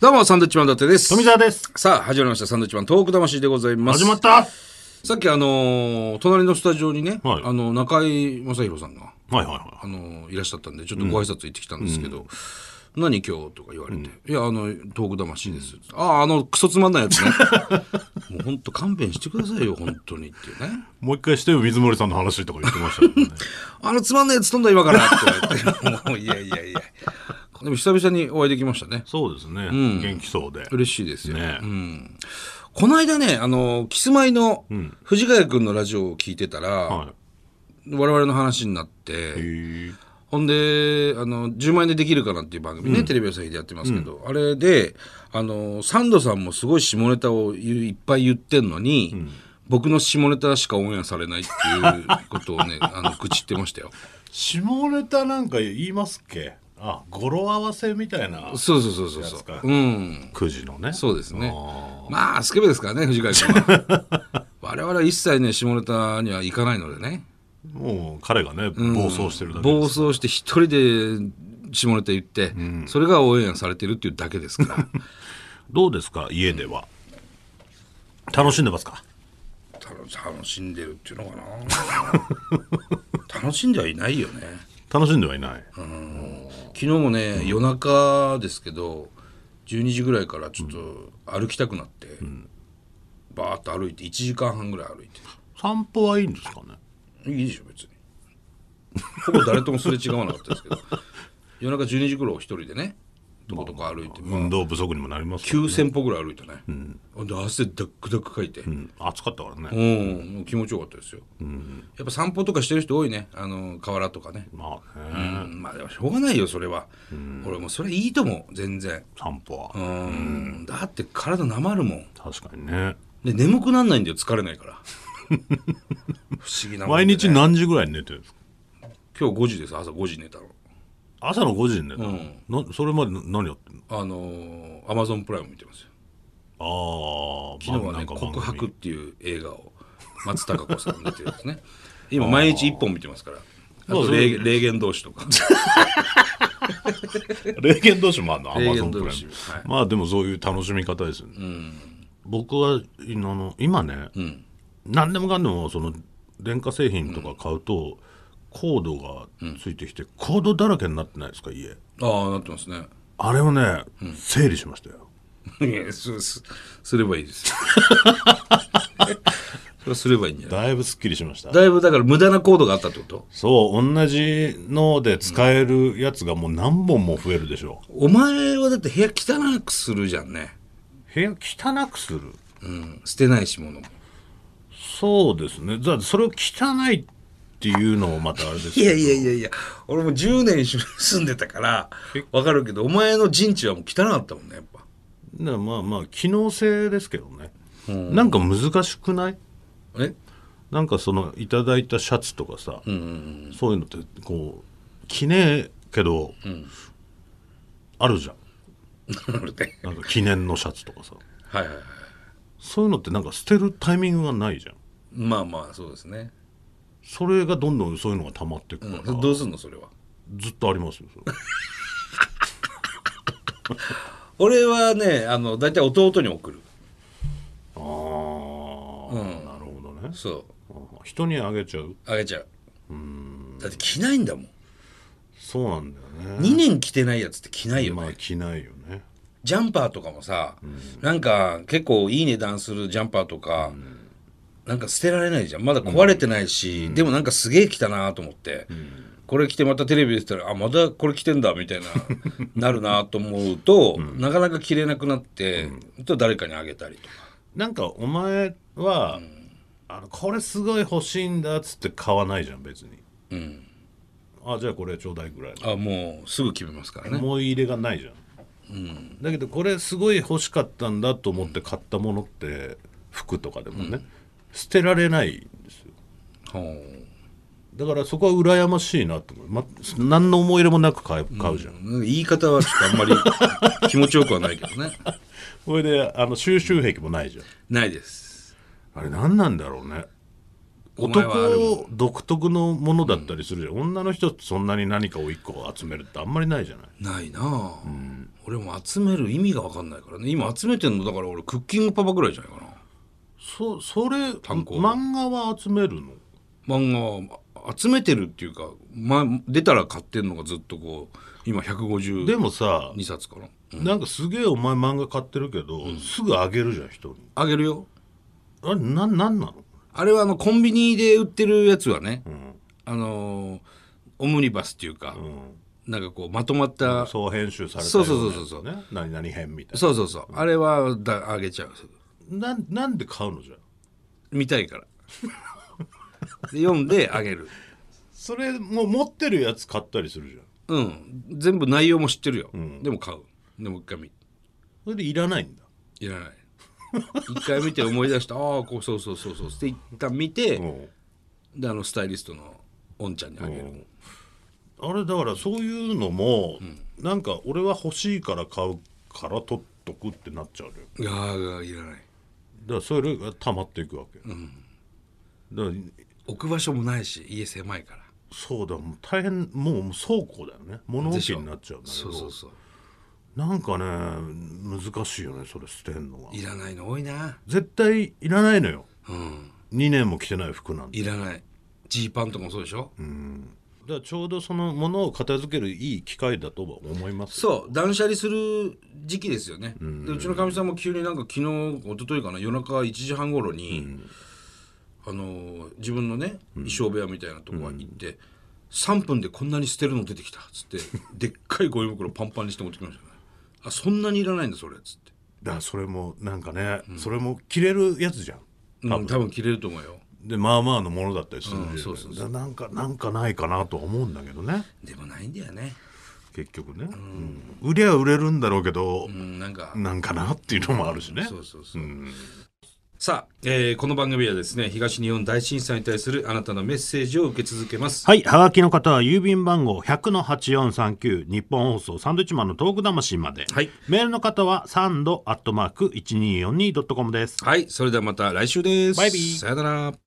どうも、サンドウィッチマン伊達です。富澤です。さあ、始まりました。サンドウィッチマントーク魂でございます。始まったはいさっきあのー隣のスタジオにね、はいあの、中井正宏さんが、はいはあのーいらっしゃったんで、ちょっとご挨拶行ってきたんですけど、何今日とか言われて、いや、あの、トーク魂です。ああ、あの、クソつまんないやつ ね。もう本当勘弁してくださいよ、本当にっていうね。い。もう一回してよ、水森さんの話とか言ってましたけどね。あのつまんないやつ飛んだ今からって言 われて、もういやいやいや。でも久々にお会いできましたね。そうですね。元気そうで。嬉しいですよ。ね、この間ね、あの、キスマイの藤ヶ谷君のラジオを聞いてたら、は我々の話になっい。て、へえほんで、あの、10万円でできるかなっていう番組ね、テレビ朝日でやってますけど、あれで、あの、サンドさんもすごい下ネタを言ういっぱい言ってんのに、僕の下ネタしかオンエアされないっていうこと をね、あの、愚痴ってましたよ。下ネタなんか言いますっけあ、語呂合わせみたいな。そうそうそうそうそやつかう。うん。 9時のね。そうですねあ。まあ、スケベですからね、藤川君は。 我々は一切ね、下ネタにはいかないのでね。もう彼がね、暴走してるだけ暴です。走して一人で下ネタ言って、それが応援されてるっていうだけですからどうですか家では。楽しんでますか楽 楽しんでるっていうのかな 楽しんではいないよね楽しんではいない。昨日もね、夜中ですけど12時ぐらいからちょっと歩きたくなって、バーッと歩いて1時間半ぐらい歩いて散歩はいいんですかねいいでしょ別に ほぼ誰ともすれ違わなかったですけど夜中12時頃一人でねどことか歩いて、運動不足にもなりますから、 9000歩ぐらい歩いたね、ほんで汗ダックダックかいて、うん暑かったからね。うん、もう気持ちよかったですよ、やっぱ散歩とかしてる人多いねあの河原とかね、まあね、うんまあでもしょうがないよそれは、俺もうそれいいと思う全然散歩は。うん、だって体なまるもん確かにね。で眠くなんないんだよ疲れない から不思議なもんで毎ね、日何時ぐらいに寝てるんですか今日5時です朝5時寝たの朝の5時に寝たの、なそれまでな何やってんのあのアマゾンプライム見てますよああ昨日はね「告白」っていう映画を松たか子さん出てるんです ね今毎日1本見てますからあまあとそれ霊霊言同士と か霊言同士もあんのア霊マゾ言ンプ同ライ士ムはいまあでもそういう楽しみ方ですよね、僕はあの今ね、何でもかんでもその電化製品とか買うと、コードがついてきて、コードだらけになってないですか家ああなってますねあれをね、整理しましたよいやすすすればいい ですよそれはすればいいんじゃないだいぶすっきりしましただいぶだから無駄なコードがあったってことそう同じので使えるやつがもう何本も増えるでしょう、お前はだって部屋汚くするじゃんね、部屋汚くするうん、捨てないし物もそうですね。だそれを汚いっていうのもまたあれですいけどやいやいやいや俺も10年一緒に住んでたからわかるけどお前の陣地はもう汚かったもんねやっぱだからまあまあ、機能性ですけどね。なんか難しくないえなんかその、いただいたシャツとかさ、 そういうのって、こう、着ねえけど、あるじゃん。なるねなんか記念のシャツとかさ。はいはいはいそういうのってなんか捨てるタイミングがないじゃん。まあまあそうですね、それがどんどんそういうのが溜まっていくから、どうすんのそれはずっとありますよ、 それ。俺はねあの大体弟に送るあー、なるほどね。そうあ人にあげちゃうあげちゃうだって着ないんだもんそうなんだよね。 2年着てないやつって着ないよね、まあ着ないよねジャンパーとかもさ、なんか結構いい値段するジャンパーとか、なんか捨てられないじゃんまだ壊れてないし、でもなんかすげえ着たなと思って、これ着てまたテレビ出てたらあまたこれ着てんだみたい ななるなと思うと、なかなか着れなくなって、と誰かにあげたりとかなんかお前は、あのこれすごい欲しいんだっつって買わないじゃん別にあじゃあこれちょうだいぐらいのあもうすぐ決めますからね思い入れがないじゃん、だけどこれすごい欲しかったんだと思って買ったものって服とかでもね、捨てられないんですよほうだからそこは羨ましいなと思う、ま、何の思い入れもなく買う買うじゃん、なんか言い方はちょっとあんま り気持ちよくはないけどねこれであの収集癖もないじゃんないですあれ何なんだろうねお前はあるもん男独特のものだったりするじゃん、女の人ってそんなに何かを一個集めるってあんまりないじゃなないいなあ、俺も集める意味が分かんないからね今集めてんのだから俺クッキングパパぐらいじゃないかなそそれ単行漫画は集めるの漫画は集めてるっていうか、ま、出たら買ってんのがずっとこう今で152もさ、冊かななんかすげえお前漫画買ってるけど、すぐあげるじゃん人にあげるよあれななんなのあれはあのコンビニで売ってるやつはね、んあのーオムニバスっていうか、なんかこうまとまった総編集されたそうそうそうそうようなやつね何々編みたいそうそうそうあれはだあげちゃうななんなんで買うのじゃん見たいからで読んであげるそれもう持ってるやつ買ったりするじゃんうん全部内容も知ってるよ、でも買うでもう一回見それでいらないんだいらない一回見て思い出したああこうそうそうそうそうって一旦見て、うんであのスタイリストのおんちゃんにあげる、あれだからそういうのも、なんか俺は欲しいから買うから取っとくってなっちゃうのいやよーいらないだからそれが溜まっていくわけ、だから置く場所もないし家狭いからそうだもう大変もう倉庫だよね物で置しょになっちゃうんだけそどうそうそうなんかね難しいよねそれ捨てんのはいらないの多いな絶対いらないのようん2年も着てない服なんていらないジーパンとかもそうでしょ、だからちょうどそのものを片付けるいい機会だとは思いますそう断捨離する時期ですよね、うでうちのかみさんも急になんか昨日一昨日かな夜中1時半頃に、あのー自分のね衣装部屋みたいなとこ行って、3分でこんなに捨てるの出てきたっつって でっかいゴミ袋パンパンにして持ってきましたねあそんなにいらないんだそれっつってだからそれもなんかね、それも着れるやつじゃんうん多分切れると思うよでまあまあのものだったりするうんでそうそうなんかなんかないかなとは思うんだけどねでもないんだよね結局ね、うん売りゃ売れるんだろうけどう、んなんか、なんかなっていうのもあるしね、そうそうそう、さあ、えーこの番組はですね東日本大震災に対するあなたのメッセージを受け続けますはい。はがきの方は郵便番号100-8439日本放送サンドイッチマンのトーク魂まで。はいメールの方はサンドアットマーク 1242.com です。はい、それではまた来週です。バイビーさよなら。